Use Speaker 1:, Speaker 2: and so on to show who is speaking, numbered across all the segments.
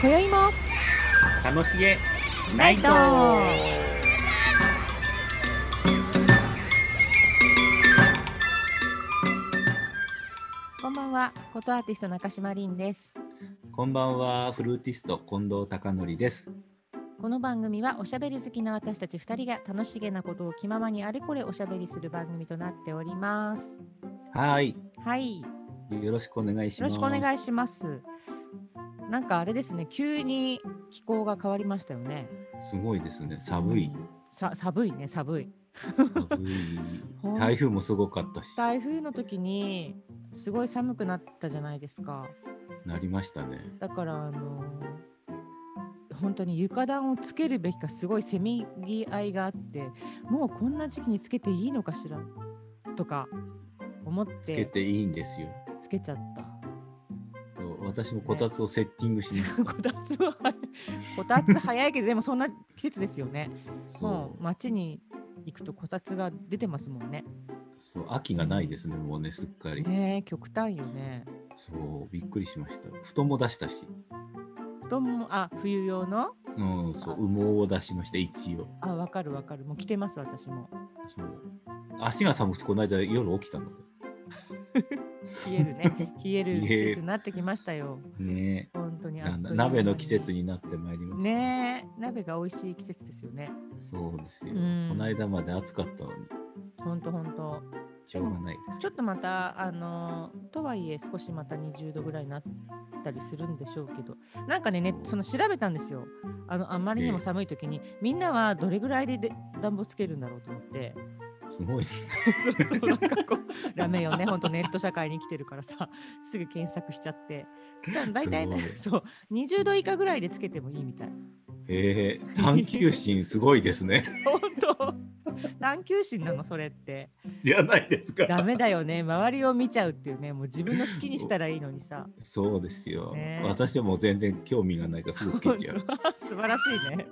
Speaker 1: 今宵も
Speaker 2: 楽しげナ
Speaker 1: ナ
Speaker 2: イ
Speaker 1: イ
Speaker 2: ト
Speaker 1: トこんばんはことアーティスト中島凛です
Speaker 2: こんばんはフルーティスト近藤貴則です
Speaker 1: この番組はおしゃべり好きな私たち2人が楽しげなことを気ままにあれこれおしゃべりする番組となっております
Speaker 2: はい
Speaker 1: はいよ
Speaker 2: よろしくお願いしま
Speaker 1: ろ
Speaker 2: す
Speaker 1: しくお願いしますなんかあれですね急に気候が変わりましたよね
Speaker 2: すごいですね寒い
Speaker 1: さ寒いね寒い
Speaker 2: 寒い
Speaker 1: ほん
Speaker 2: 台風もすごかったし
Speaker 1: 台風の時にすごい寒くなったじゃないですか
Speaker 2: なりましたね
Speaker 1: だからあの本当に床暖をつけるべきかすごいせめぎ合いがあってもうこんな時期につけていいのかしらとか思って
Speaker 2: つけていいんですよ
Speaker 1: つけちゃった。
Speaker 2: そう私もこたつをセッティングしました、
Speaker 1: こたつは早いこたつ早いけどでもそんな季節ですよね。
Speaker 2: そ
Speaker 1: も
Speaker 2: う
Speaker 1: う街に行くとこたつが出てますもんね。
Speaker 2: そう秋がないですねもうねすっかり、
Speaker 1: ねえ極端よね。
Speaker 2: そうびっくりしました布団も出したし
Speaker 1: 布団もあ冬用の
Speaker 2: うんそう羽毛を出しました一応
Speaker 1: あわかるわかるもう着てます私も
Speaker 2: そう足が寒くてこの間夜起きたの
Speaker 1: 冷える ね冷える
Speaker 2: 冷
Speaker 1: 季
Speaker 2: える
Speaker 1: 節になってきましたよ。
Speaker 2: ね
Speaker 1: 本当にあ
Speaker 2: な
Speaker 1: っという間に
Speaker 2: 鍋の季節になってまいりました。
Speaker 1: ねえ鍋が美味しい季節ですよね
Speaker 2: そうですよ。
Speaker 1: う
Speaker 2: こ
Speaker 1: ん
Speaker 2: の間まで暑かったのに、
Speaker 1: ほんとほんと
Speaker 2: しょうがないです
Speaker 1: ちょっとまたあのとはいえ少しまた20度ぐらいになったりするんでしょうけどなんかねね
Speaker 2: そ
Speaker 1: そうの調べたんですよあのあまりにも寒い時に、みんなはどれぐらいでで暖房つけるんだろうと思って
Speaker 2: すごいですね。
Speaker 1: そうそうなんかこうダメよねほんとネット社会に生きてるからさすぐ検索しちゃってそしたら大体ね
Speaker 2: す
Speaker 1: そう20度以下ぐらいでつけてもいいみたい
Speaker 2: えー、探求心すごいですね。
Speaker 1: 本当探求心なのそれって
Speaker 2: じゃないですか。
Speaker 1: ダメだよね周りを見ちゃうっていうねもう自分の好きにしたらいいのにさ
Speaker 2: そうですよ。
Speaker 1: ね
Speaker 2: 私でも全然興味がないからすぐつけちゃう。
Speaker 1: 素晴らしいね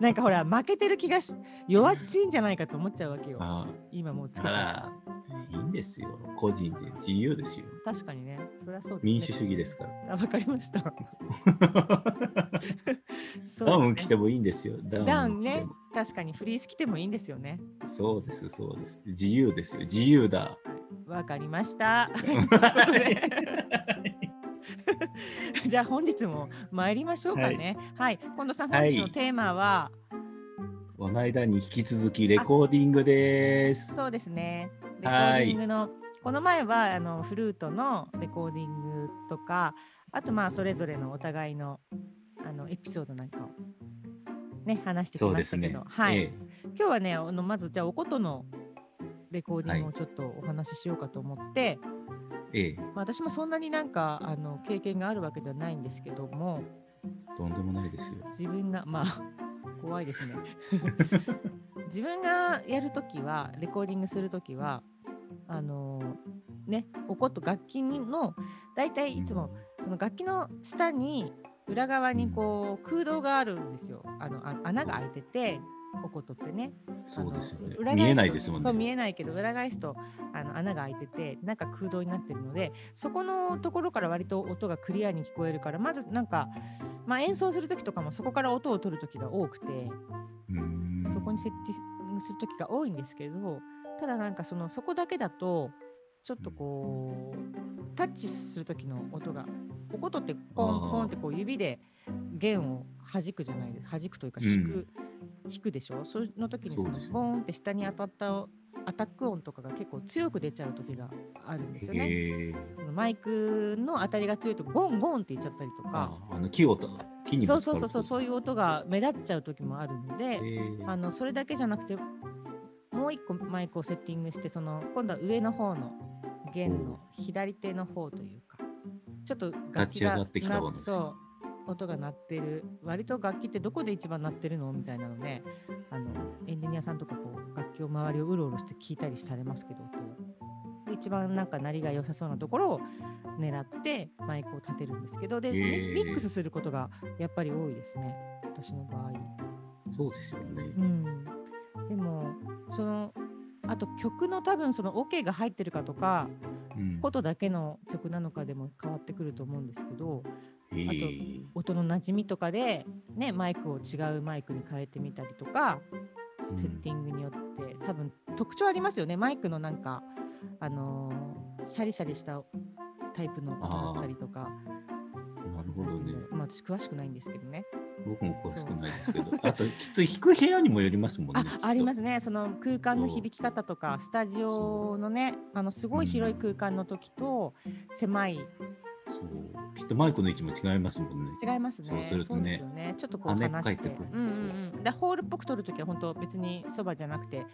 Speaker 1: なんかほら負けてる気がし弱っちいんじゃないかと思っちゃうわけよ
Speaker 2: あ
Speaker 1: 今もうつけ
Speaker 2: あ、
Speaker 1: ち
Speaker 2: か
Speaker 1: ゃ
Speaker 2: らいいんですよ。個人で自由ですよ。
Speaker 1: う確かにねそれはそうです、ね、
Speaker 2: 民主主義ですから。
Speaker 1: あわかりましたそう
Speaker 2: ダウン
Speaker 1: で
Speaker 2: 着
Speaker 1: す
Speaker 2: てもいいんですよ。ダウン着ても。
Speaker 1: ダウンね確かにフリース着てもいいんですよね
Speaker 2: そうです、そうです。自由ですよ。自由 だ。
Speaker 1: わかりま した。
Speaker 2: そう
Speaker 1: ということでじゃあ本日も参りましょうかね。はい、近藤さん本日
Speaker 2: は
Speaker 1: の
Speaker 2: い
Speaker 1: テーマは、
Speaker 2: この間に引き続きレコーディングです。
Speaker 1: そうですね。レコ
Speaker 2: は
Speaker 1: ーデ
Speaker 2: い
Speaker 1: ィングのこの前はあのフルートのレコーディングとか、あとまあそれぞれのお互いのあのエピソードなんかをね話してき
Speaker 2: そう
Speaker 1: ま
Speaker 2: で
Speaker 1: し
Speaker 2: す
Speaker 1: たけ
Speaker 2: ね
Speaker 1: ど、。はい、
Speaker 2: え
Speaker 1: 今日はねあのまずじゃあおことのレコーディング
Speaker 2: は
Speaker 1: を
Speaker 2: い
Speaker 1: ちょっとお話ししようかと思って。
Speaker 2: え、ええ、
Speaker 1: まあ私もそんなになんかあの経験があるわけではないんですけども
Speaker 2: とんでもないですよ。
Speaker 1: 自分がまあ 怖いですね 自分がやるときはレコーディングするときはあのねおこと楽器のだいたいいつもその楽器の下に裏側にこう空洞があるんですよあのあ穴が開いてておことってね
Speaker 2: うん。そうですよ
Speaker 1: あの裏
Speaker 2: ね。
Speaker 1: 返
Speaker 2: 見
Speaker 1: と
Speaker 2: えないですもんね。
Speaker 1: そう見えないけど裏返すとあの穴が開いててなんか空洞になってるのでそこのところから割と音がクリアに聞こえるからまずなんか、まあ、演奏する時とかもそこから音を取る時が多くて
Speaker 2: うーん
Speaker 1: そこにセッティングする時が多いんですけどただなんかそのそこだけだとちょっとこうタッチする時の音がおことってポンポンってこう指で弦を弾くじゃないです弾くというか弾く、弾くでしょその時にそ
Speaker 2: そう
Speaker 1: の
Speaker 2: ですよ
Speaker 1: ボーンって下に当たったアタック音とかが結構強く出ちゃう時があるんですよね。
Speaker 2: ええ。
Speaker 1: そのマイクの当たりが強いとゴンゴンって言っちゃったりとか
Speaker 2: あ、あの木をた木に
Speaker 1: そ
Speaker 2: ぶ
Speaker 1: う
Speaker 2: つ
Speaker 1: そ
Speaker 2: か
Speaker 1: う
Speaker 2: る
Speaker 1: そうそうそういう音が目立っちゃう時もあるので、
Speaker 2: ええ
Speaker 1: あのそれだけじゃなくてもう一個マイクをセッティングしてその今度は上の方の弦の左手の方というかちょっと楽
Speaker 2: 立
Speaker 1: 器
Speaker 2: ち上
Speaker 1: が
Speaker 2: がってきたもの
Speaker 1: な
Speaker 2: ですね
Speaker 1: そう音が鳴ってる割と楽器ってどこで一番鳴ってるのみたいなのねあのエンジニアさんとかこう楽器を周りをうろうろして聞いたりされますけど音をで一番なんか鳴りが良さそうなところを狙ってマイクを立てるんですけどで、ミ
Speaker 2: へえ
Speaker 1: ミックスすることがやっぱり多いですね私の場合。
Speaker 2: そうですよね。
Speaker 1: うん、でもそのあと曲の多分そのオ、ケが入ってるかとか
Speaker 2: うん
Speaker 1: ことだけの曲なのかでも変わってくると思うんですけど
Speaker 2: えー
Speaker 1: 音の馴染みとかで、ね、マイクを違うマイクに変えてみたりとかセ
Speaker 2: ん
Speaker 1: ッティングによって多分特徴ありますよねマイクのなんか、あのーシャリシャリしたタイプの音だったりとか、なんていうんだろう
Speaker 2: なるほどね
Speaker 1: まあ、私詳しくないんですけどね
Speaker 2: 僕も詳しくないですけどあときっと弾く部屋にもよりますもんね
Speaker 1: あありますすねその空間の響き方とかスタジオのねあのすごい広い空間の時と狭い
Speaker 2: そうきっとマイクの位置も違いますもんね
Speaker 1: 違いますね。
Speaker 2: そうするとね
Speaker 1: ですよね。ちょっとこう
Speaker 2: 跳ね
Speaker 1: 離して。
Speaker 2: 返ってくる
Speaker 1: うんうんうん。でホールっぽく撮るときは本当別にそばじゃなくて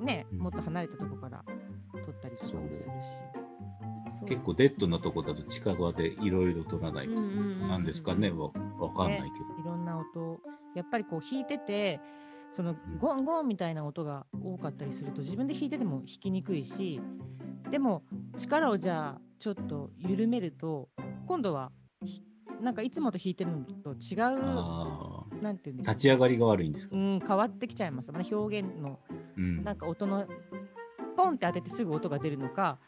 Speaker 1: ね、
Speaker 2: うん
Speaker 1: もっと離れたとこから撮ったりとかもするし。そう
Speaker 2: 結構デッドなとこだと近場でいろいろ撮らないと、なんですかね。わわかんないけど、
Speaker 1: いろんな音、やっぱりこう弾いてて。そのゴンゴンみたいな音が多かったりすると自分で弾いてても弾きにくいしでも力をじゃあちょっと緩めると今度はひなんかいつもと弾いてるのと違う
Speaker 2: ああ
Speaker 1: なんていうんですか
Speaker 2: 立ち上がりが悪いんですか、
Speaker 1: うん、変わってきちゃいますね表現の
Speaker 2: うん
Speaker 1: なんか音のポンって当ててすぐ音が出るのか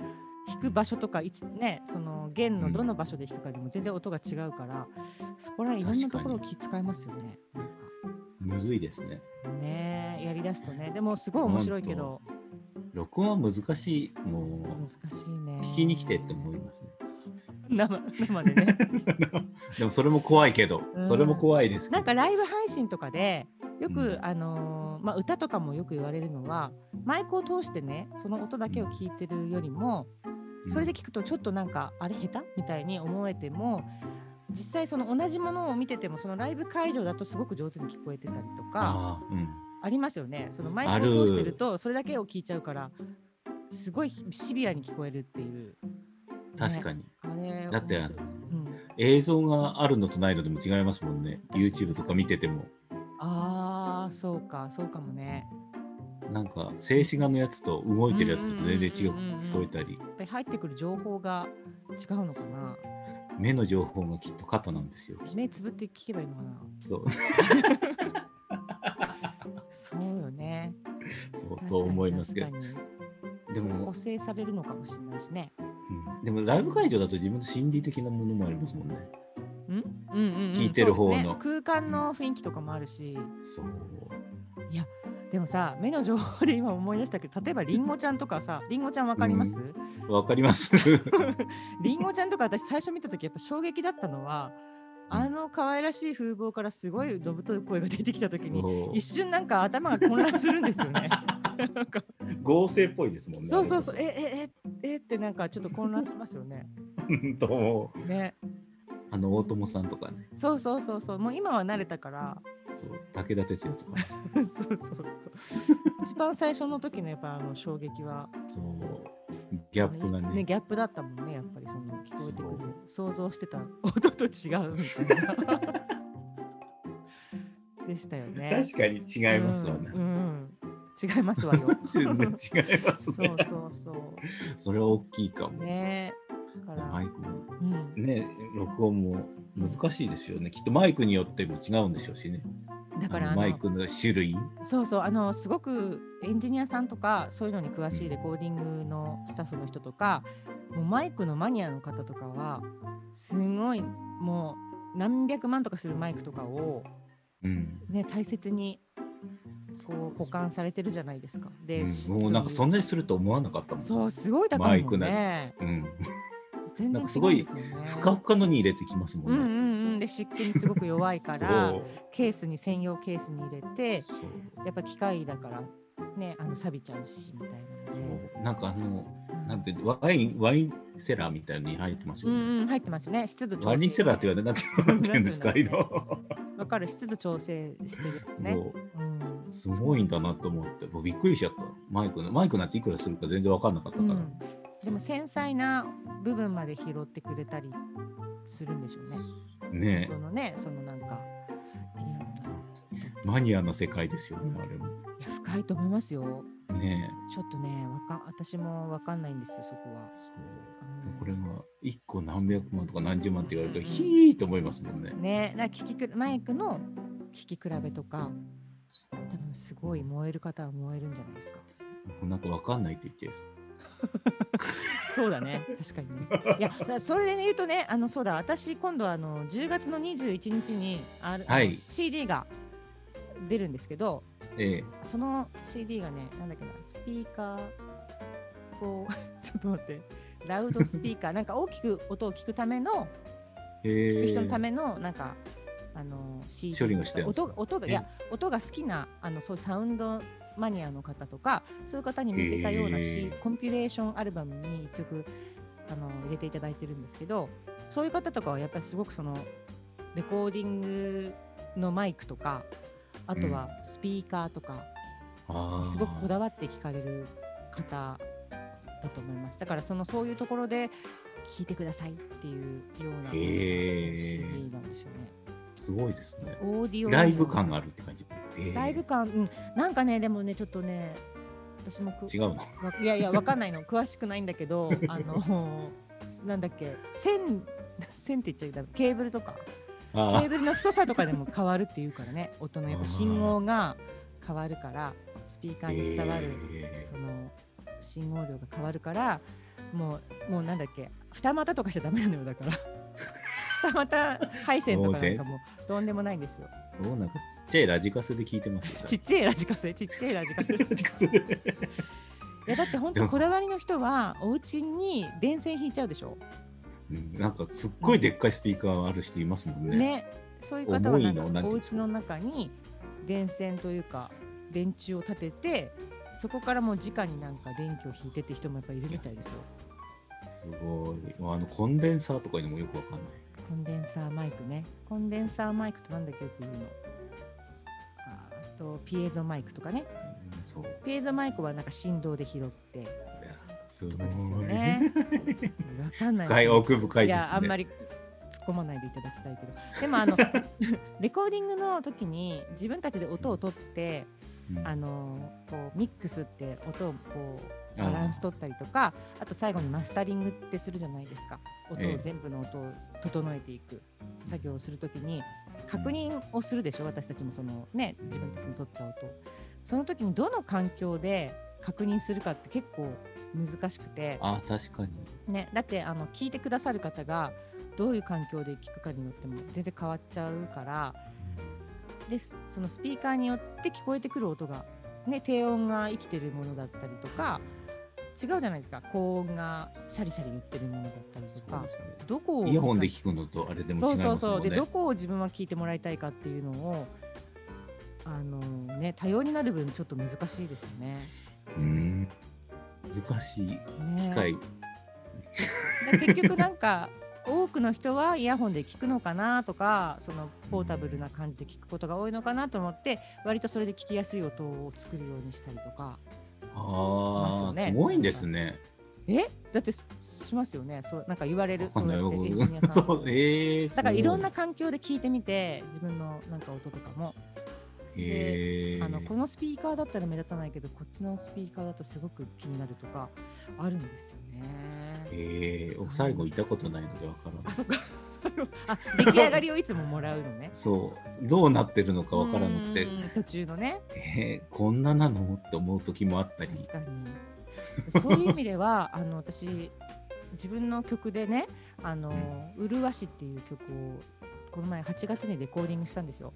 Speaker 1: 弾く場所とかいちねその弦のどの場所で弾くかでも全然音が違うから、そこら辺いろんなところを
Speaker 2: 確
Speaker 1: 気使いますよね。なん
Speaker 2: むずいですね
Speaker 1: かねえやりだすとねでもすごい面白いけど
Speaker 2: 録音は難しいも
Speaker 1: 難
Speaker 2: う
Speaker 1: しいね。
Speaker 2: 聞きに来てって思いますね
Speaker 1: 生生で ね。
Speaker 2: でもそれも怖いけど、
Speaker 1: うん
Speaker 2: それも怖いですけど
Speaker 1: なんかライブ配信とかでよく、
Speaker 2: うん
Speaker 1: あのーまあ、歌とかもよく言われるのはマイクを通してねその音だけを聞いてるよりも、
Speaker 2: うん
Speaker 1: それで聞くとちょっとなんかあれ下手みたいに思えても実際その同じものを見ててもそのライブ会場だとすごく上手に聞こえてたりとか
Speaker 2: ああうん
Speaker 1: ありますよねそのマ
Speaker 2: あ
Speaker 1: イ
Speaker 2: る
Speaker 1: クを通してるとそれだけを聞いちゃうからすごいシビアに聞こえるっていう。
Speaker 2: 確か
Speaker 1: に
Speaker 2: に、
Speaker 1: あれ
Speaker 2: だって
Speaker 1: 面白いですうん
Speaker 2: 映像があるのとないのでも違いますもんね
Speaker 1: 確かに
Speaker 2: YouTube とか見てても
Speaker 1: ああそうかそうかもね。
Speaker 2: なんか静止画のやつと動いてるやつと全然違う
Speaker 1: うんうんうんうんうん
Speaker 2: 聞こえたり
Speaker 1: やっぱり入ってくる情報が違うのかな
Speaker 2: 目の情報がきっと肩なんですよ
Speaker 1: 目つぶって聞けばいいのかな
Speaker 2: そう
Speaker 1: そうよね
Speaker 2: そうと思いますけど
Speaker 1: 確か
Speaker 2: で
Speaker 1: に
Speaker 2: も
Speaker 1: 補、正されるのかもしれないしね
Speaker 2: うんでもライブ会場だと自分の心理的なものもありますもんね
Speaker 1: んうんうん、うん、
Speaker 2: 聞いてる方の
Speaker 1: そうですね空間の雰囲気とかもあるし
Speaker 2: そう
Speaker 1: でもさ目の情報で今思い出したけど例えばりんごちゃんとかさりんごちゃんわかります、
Speaker 2: うわかります
Speaker 1: りんごちゃんとか私最初見た時やっぱ衝撃だったのは
Speaker 2: うん
Speaker 1: あの可愛らしい風貌からすごいどぶとい声が出てきた時に
Speaker 2: そう
Speaker 1: 一瞬なんか頭が混乱するんです よねなんか
Speaker 2: 合成っぽいですもんね
Speaker 1: そうそうそう、
Speaker 2: あ
Speaker 1: え
Speaker 2: れ
Speaker 1: えええってなんかちょっと混乱しますよ ね。
Speaker 2: こそと
Speaker 1: ね、
Speaker 2: あの大友さんとかね
Speaker 1: そうそうそうそう、もう今は慣れたから、
Speaker 2: そう武田鉄矢とか
Speaker 1: そうそうそう。一番最初の時のやっぱあの衝撃は、
Speaker 2: そうギャップがね
Speaker 1: ギャップだったもんね、やっぱりその聞こえてくる、想像してた 音と違うみたいな。 でしたよね。
Speaker 2: 確かに違いますわね、。
Speaker 1: うん、うん違いますわよ
Speaker 2: 全然違いま
Speaker 1: そう
Speaker 2: すね。
Speaker 1: そうそう。
Speaker 2: それは大きいかも。
Speaker 1: ねだから、
Speaker 2: マイクも
Speaker 1: うん、
Speaker 2: ね、録音も難しいですよね。きっとマイクによっても違うんでしょうしね。
Speaker 1: だから
Speaker 2: あ
Speaker 1: あ
Speaker 2: の
Speaker 1: の
Speaker 2: マイクの種類。
Speaker 1: そうそうあのすごくエンジニアさんとかそういうのに詳しいレコーディングのスタッフの人とかもうマイクのマニアの方とかはすごいもう何百万とかするマイクとかを、
Speaker 2: うん。
Speaker 1: ね、大切にこう保管されてるじゃないですか。で、
Speaker 2: うん、もうなんかそんなにすると思わなかったもん。
Speaker 1: そうすごい高いもんね。
Speaker 2: うん。
Speaker 1: 全
Speaker 2: な
Speaker 1: 然
Speaker 2: んかすごい
Speaker 1: 違うんですよね
Speaker 2: ふかふかのに入れてきますも
Speaker 1: うん
Speaker 2: ん
Speaker 1: う
Speaker 2: ね。
Speaker 1: んうんで湿気にすごく弱いか
Speaker 2: そ
Speaker 1: ら
Speaker 2: う
Speaker 1: ケースに専用ケースに入れて
Speaker 2: そう
Speaker 1: やっぱ機械だからねあの錆びちゃうしみたいなので。
Speaker 2: そうなんかあの、
Speaker 1: うん
Speaker 2: なんてワイン、ワインセラーみたいのに入ってます
Speaker 1: う
Speaker 2: よね。
Speaker 1: んうん、入ってますよね。湿度調整。
Speaker 2: ワインセラーって言われて、なんて言うんですか、あ
Speaker 1: なんて
Speaker 2: れ
Speaker 1: 言うんだろ
Speaker 2: の。
Speaker 1: わかる、湿度調整してるよね。
Speaker 2: そ
Speaker 1: う
Speaker 2: う
Speaker 1: ん。
Speaker 2: すごいんだなと思って、僕びっくりしちゃった。マイクの、マイクなんていくらするか全然わかんなかった
Speaker 1: う
Speaker 2: から。
Speaker 1: ん。でも繊細な部分まで拾ってくれたりするんでしょうね。
Speaker 2: ね
Speaker 1: そのね、そのなんか。いや
Speaker 2: え、マニアの世界ですよね、あれも。
Speaker 1: いや深いと思いますよ。
Speaker 2: ね
Speaker 1: ちょっとね、わか、私もわかんないんですよ、そこは
Speaker 2: え。。そう
Speaker 1: う
Speaker 2: で
Speaker 1: ん
Speaker 2: これが1個何百万とか何十万って言われると、
Speaker 1: うん
Speaker 2: ひーって思いますもんね。
Speaker 1: ね、なんか聞きく、マイクの聞き比べとか。多分すごい燃える方は燃えるんじゃないですか。
Speaker 2: なんかわかんないって言っちゃいそう。
Speaker 1: そうだね、確かにね。いや、だからそれで、ね、言うとね、あのそうだ、私、今度あの10月の21日にある、
Speaker 2: はい
Speaker 1: あの CD が出るんですけど、
Speaker 2: ええ
Speaker 1: その CD がね、なんだっけな、スピーカー for ちょっと待って、ラウドスピーカー、なんか大きく音を聞くための、
Speaker 2: え
Speaker 1: 聞く
Speaker 2: え
Speaker 1: 人のための、なんか、あの CD
Speaker 2: 処理がしてあるんです
Speaker 1: 音
Speaker 2: か
Speaker 1: 音が、いや、音が好きな、あのそういうサウンドマニアの方とか、そういう方に向けたようなし、
Speaker 2: へー
Speaker 1: コンピュレーションアルバムに1曲あの入れていただいてるんですけど、そういう方とかはやっぱりすごくそのレコーディングのマイクとか、あとはスピーカーとか、
Speaker 2: ああ
Speaker 1: すごくこだわって聞かれる方だと思います。だからそのそういうところで聞いてくださいっていうような、
Speaker 2: へー
Speaker 1: そういう CD なんでしょうね。
Speaker 2: すごいですね。
Speaker 1: オーディオ
Speaker 2: ライブ感があ
Speaker 1: る。
Speaker 2: るって感じ。ええ
Speaker 1: ライブ感、うん、なんかね、でもね、ちょっとね、私もく
Speaker 2: 違うの。
Speaker 1: わいやいや、わかんないの、詳しくないんだけ ど、あの、なんだっけ、線、 線って言っちゃいけない、ケーブルとか、ケ
Speaker 2: あ
Speaker 1: ーブルの太さとかでも変わるっていうから ね、音のやっぱ信号が変わるから、スピーカ
Speaker 2: あ
Speaker 1: ーに伝わる。
Speaker 2: ええ
Speaker 1: その信号量が変わるからもうもうなんだっけ二股とかしちゃダメなのよだ から二股配線とかなんかもうとんでもないんですよ
Speaker 2: もうなんかちっちゃいラジカセで聞いてますよ。
Speaker 1: ちっちゃいラジカセちっちゃいラジカセい
Speaker 2: ラジカセで。
Speaker 1: やだって本当こだわりの人はお家に電線引いちゃうでしょ
Speaker 2: うんなんかすっごいでっかいスピーカーある人いますもん
Speaker 1: ね
Speaker 2: ね。
Speaker 1: そういう方は
Speaker 2: 重いの
Speaker 1: なんか
Speaker 2: なん
Speaker 1: お
Speaker 2: ていうんです
Speaker 1: 家
Speaker 2: か
Speaker 1: の中に電線というか電柱を立ててそこからもう直になんか電気を引いてって人もやっぱいるみたいですよ
Speaker 2: すごい。もうあのコンデンサーとかいうのもよくわかんない。
Speaker 1: コンデンサーマイクね。コンデンサーマイクとなんだっけよく言うの。あーあとピエゾマイクとかね。
Speaker 2: うんそう。い
Speaker 1: ピエゾマイクはなんか振動で拾って
Speaker 2: やすごい
Speaker 1: とかですよ ね。わかんない。
Speaker 2: 深い奥深い
Speaker 1: い
Speaker 2: ですね。
Speaker 1: やあんまり突っ込まないでいただきたいけど。 でもあの レコーディングの時に自分たちで音を取って、
Speaker 2: うん
Speaker 1: あのこうミックスって音をこうバランス取ったりとかあと最後にマスタリングってするじゃないですか音
Speaker 2: え
Speaker 1: を
Speaker 2: え
Speaker 1: 全部の音を整えていく作業をするときに確認をするでしょ私たちもそのね自分たちの取った音その時にどの環境で確認するかって結構難しくて、
Speaker 2: あ確かに。
Speaker 1: ね、だってあの聞いてくださる方がどういう環境で聞くかによっても全然変わっちゃうからですそのスピーカーによって聞こえてくる音が、ね、低音が生きてるものだったりとか違うじゃないですか高音がシャリシャリ言ってるものだったりと
Speaker 2: そう
Speaker 1: か
Speaker 2: ですね
Speaker 1: どこを
Speaker 2: イヤホンで聞くのとあれでも
Speaker 1: そ
Speaker 2: 違いう
Speaker 1: そ
Speaker 2: ま
Speaker 1: う
Speaker 2: す
Speaker 1: そ
Speaker 2: も
Speaker 1: うん
Speaker 2: ね。
Speaker 1: でどこを自分は聞いてもらいたいかっていうのをあのね多様になる分ちょっと難しいですよね。
Speaker 2: うん難しい
Speaker 1: ね
Speaker 2: 機械。
Speaker 1: で結局なんか多くの人はイヤホンで聞くのかなとかそのポータブルな感じで聞くことが多いのかなと思って割とそれで聞きやすい音を作るようにしたりとかます
Speaker 2: あ
Speaker 1: よ
Speaker 2: あ、
Speaker 1: ね
Speaker 2: すごいんですね。
Speaker 1: えだってすしますよねそうなんか言われる
Speaker 2: わかんない
Speaker 1: そうやってエンジニアさ
Speaker 2: 僕。そ
Speaker 1: ん
Speaker 2: う、ええ
Speaker 1: だからいろんな。環境で聞いてみて自分のなんか音とかも、
Speaker 2: ええ
Speaker 1: あのこのスピーカーだったら目立たないけどこっちのスピーカーだとすごく気になるとかあるんですよね。
Speaker 2: ええお最後いたことないのでわからな
Speaker 1: あ
Speaker 2: い。
Speaker 1: そっか あ出来上がりをいつももらうのね。
Speaker 2: そう、どうなってるのかわからなくて
Speaker 1: う、ん途中のね
Speaker 2: えー、こんななのって思う時もあったり。
Speaker 1: 確かにそういう意味では あの私自分の曲でね「あのうるわし」っていう曲をこの前8月にレコーディングしたんですよ。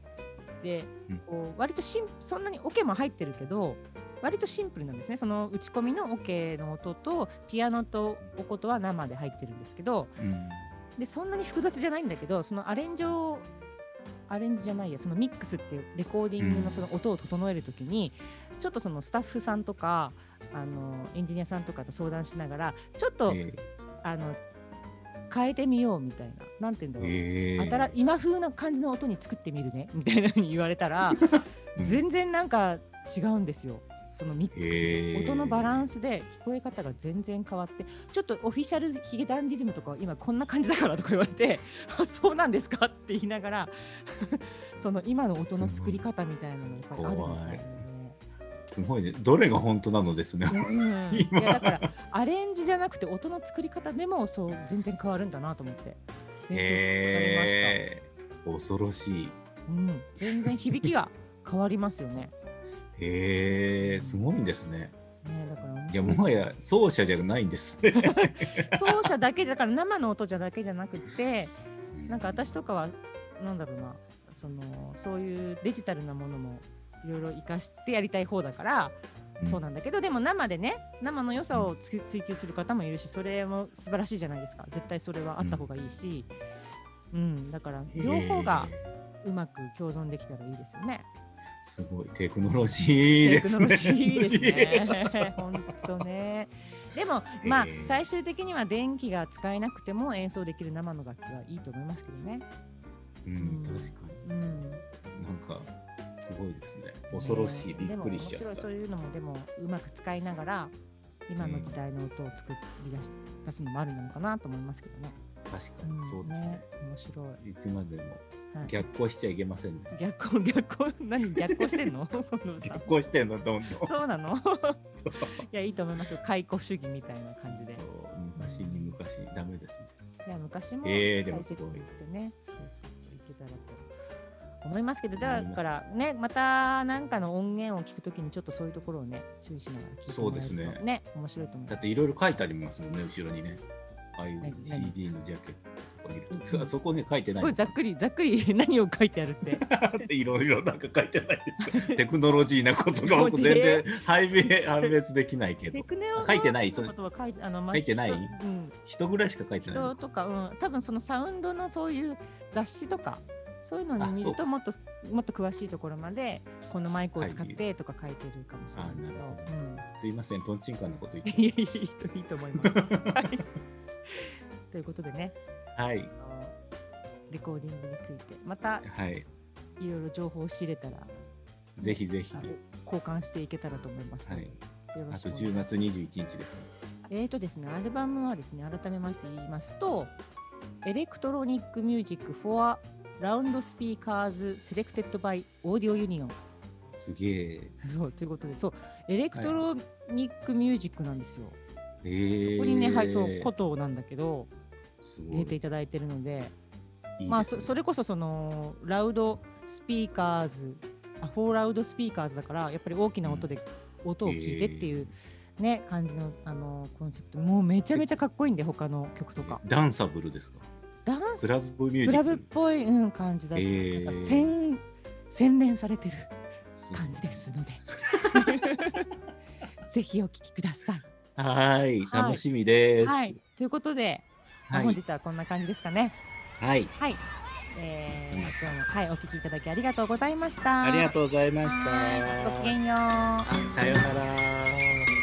Speaker 1: で、
Speaker 2: うん
Speaker 1: こう割とシンそんなにオ、ケも入ってるけど割とシンプルなんですねその打ち込みのオ、ケの音とピアノとおことは生で入ってるんですけど
Speaker 2: うん
Speaker 1: でそんなに複雑じゃないんだけどそのアレンジをアレンジじゃないやそのミックスっていうレコーディング
Speaker 2: う
Speaker 1: の
Speaker 2: ん
Speaker 1: その音を整えるときに、ちょっとそのスタッフさんとかあのエンジニアさんとかと相談しながらちょっと、
Speaker 2: え
Speaker 1: あの変えてみようみたいななんて言うんだろう、
Speaker 2: ええ
Speaker 1: 新今風な感じの音に作ってみるねみたいなふうに言われたら
Speaker 2: うん
Speaker 1: 全然なんか違うんですよそのミックスで、
Speaker 2: へー
Speaker 1: 音のバランスで聞こえ方が全然変わってちょっとオフィシャルヒゲダンディズムとかは今こんな感じだからとか言われて あそうなんですかって言いながら その今の音の作り方みたいなのがやっぱりあるみたい
Speaker 2: すごいね。どれが本当なのですね。
Speaker 1: なね。うん、
Speaker 2: 今
Speaker 1: いやだからアレンジじゃなくて音の作り方でもそう全然変わるんだなと思って。え
Speaker 2: ええ恐ろしい。
Speaker 1: うん、全然響きが変わりますよね。
Speaker 2: ええすごいんですね。
Speaker 1: うねだから面
Speaker 2: いや
Speaker 1: 白
Speaker 2: もはや奏者じゃないんですね。
Speaker 1: 奏者だけだから生の音じゃだけじゃなくてなんか私とかはなんだろうなそのそういうデジタルなものもいろいろ活かしてやりたい方だから、
Speaker 2: うん
Speaker 1: そうなんだけどでも生でね生の良さをつ追求する方もいるしそれも素晴らしいじゃないですか絶対それはあった方がいいし、うんだから両方が
Speaker 2: えー
Speaker 1: うまく共存できたらいいですよね。
Speaker 2: すごいテクノロジーですね。
Speaker 1: テクノロジーです ね。本当ね。でも、まあ
Speaker 2: えー
Speaker 1: 最終的には電気が使えなくても演奏できる生の楽器はいいと思いますけどね。
Speaker 2: うん確か
Speaker 1: うん。
Speaker 2: になんかすごいですね。恐ろしいびっくりしちゃっ
Speaker 1: でも
Speaker 2: た
Speaker 1: 面白いそう。いうのもでもうまく使いながら今の時代の音を作り出し、出すのもあるのかなと思いますけどね。
Speaker 2: 確かにそうですね。
Speaker 1: うん面白い。
Speaker 2: いつまでも
Speaker 1: はい
Speaker 2: 逆行しちゃいけませんね。
Speaker 1: 逆光逆光何逆光してんの？近藤さん
Speaker 2: 逆行してんのどんどん。そう
Speaker 1: そうなの？いやいいと思いますよ。解雇主義みたいな感じで。
Speaker 2: 昔に昔にダメですね。
Speaker 1: いや昔も
Speaker 2: えー
Speaker 1: 大
Speaker 2: でも
Speaker 1: 切
Speaker 2: す
Speaker 1: に
Speaker 2: ごい
Speaker 1: してね、そうそうそういけたらと思いますけど
Speaker 2: 思いま
Speaker 1: だ
Speaker 2: す
Speaker 1: からねまたなんかの音源を聞くときにちょっとそういうところをね注意しながら聞いてもらえると
Speaker 2: そうですね
Speaker 1: ね面白いと思い
Speaker 2: だ
Speaker 1: ま
Speaker 2: っていろいろ書いてありますもんね後ろにね。ああい
Speaker 1: 何
Speaker 2: う
Speaker 1: 何
Speaker 2: CD のジャケットとか見る
Speaker 1: うん
Speaker 2: とそそこに書いて
Speaker 1: す
Speaker 2: ない
Speaker 1: これざっくりざっくり 何を書いてあるって
Speaker 2: いろいろなんか書いてないですか。テクノロジーなことが
Speaker 1: テクノロ
Speaker 2: 僕
Speaker 1: ジ
Speaker 2: 全
Speaker 1: ー
Speaker 2: 然判別判別できないけど
Speaker 1: テ、クネロ
Speaker 2: 書いてない
Speaker 1: そのことは書いあのまあ
Speaker 2: 書いてない
Speaker 1: 人うん
Speaker 2: 人ぐらいしか書いてな
Speaker 1: 人とかうん多分そのサウンドのそういう雑誌とかそういうのに見
Speaker 2: あそ
Speaker 1: る
Speaker 2: うか
Speaker 1: ともっともっと詳しいところまでこのマイクを使っ
Speaker 2: 会
Speaker 1: てとか書いてるかもしれないけど
Speaker 2: あなるほ。
Speaker 1: うん
Speaker 2: い。すいません、トンチンカンのこと 言っ
Speaker 1: いや
Speaker 2: て。
Speaker 1: いやいいといいと思います。 はいということでね、
Speaker 2: はい
Speaker 1: あ、のレコーディングについてまた
Speaker 2: はい、
Speaker 1: いろいろ情報を知れたら
Speaker 2: ぜひぜひ。
Speaker 1: あの交換していけたらと思いますの
Speaker 2: は
Speaker 1: で、
Speaker 2: い、
Speaker 1: よろ
Speaker 2: あ
Speaker 1: しく
Speaker 2: と
Speaker 1: お願いし
Speaker 2: 10
Speaker 1: ます。
Speaker 2: 月21日です。
Speaker 1: えーとですね、アルバムはですね、改めまして言いますと、エレクトロニックミュージック for Round Speakers Selected by Audio Union
Speaker 2: すげえ。
Speaker 1: そうということで、そうエレクトロニックミュージックなんですよ。
Speaker 2: えー、
Speaker 1: そこにね、はい、そうことなんだけど
Speaker 2: すごい
Speaker 1: 入れていただいてるので。
Speaker 2: いい
Speaker 1: まあ
Speaker 2: です
Speaker 1: そ
Speaker 2: ね
Speaker 1: それこそそのラウドスピーカーズあフォーラウドスピーカーズだからやっぱり大きな音で音を聞いてっていう、ね感じのあのコンセプトもうめちゃめちゃかっこいいんで他の曲とか
Speaker 2: ダンサブルですか。
Speaker 1: ダンス
Speaker 2: クラブミュー
Speaker 1: ク
Speaker 2: ジ
Speaker 1: ラ
Speaker 2: ッ
Speaker 1: ブっ
Speaker 2: ク。
Speaker 1: ぽい、うん、感じだった、
Speaker 2: えー
Speaker 1: なんか洗洗練されてる
Speaker 2: す
Speaker 1: 感じです のでぜひお聴きください。
Speaker 2: はい、
Speaker 1: はい
Speaker 2: 楽しみです。
Speaker 1: はい、ということで、まあ
Speaker 2: は
Speaker 1: 本
Speaker 2: い、
Speaker 1: 日はこんな感じですかね。
Speaker 2: はい
Speaker 1: はい、えー、
Speaker 2: うま
Speaker 1: 今
Speaker 2: く
Speaker 1: 日も、はい、お聴きいただきありがとうございました。
Speaker 2: ありがとうございまし
Speaker 1: はいごきげ
Speaker 2: た。
Speaker 1: んよう。
Speaker 2: あさようなら。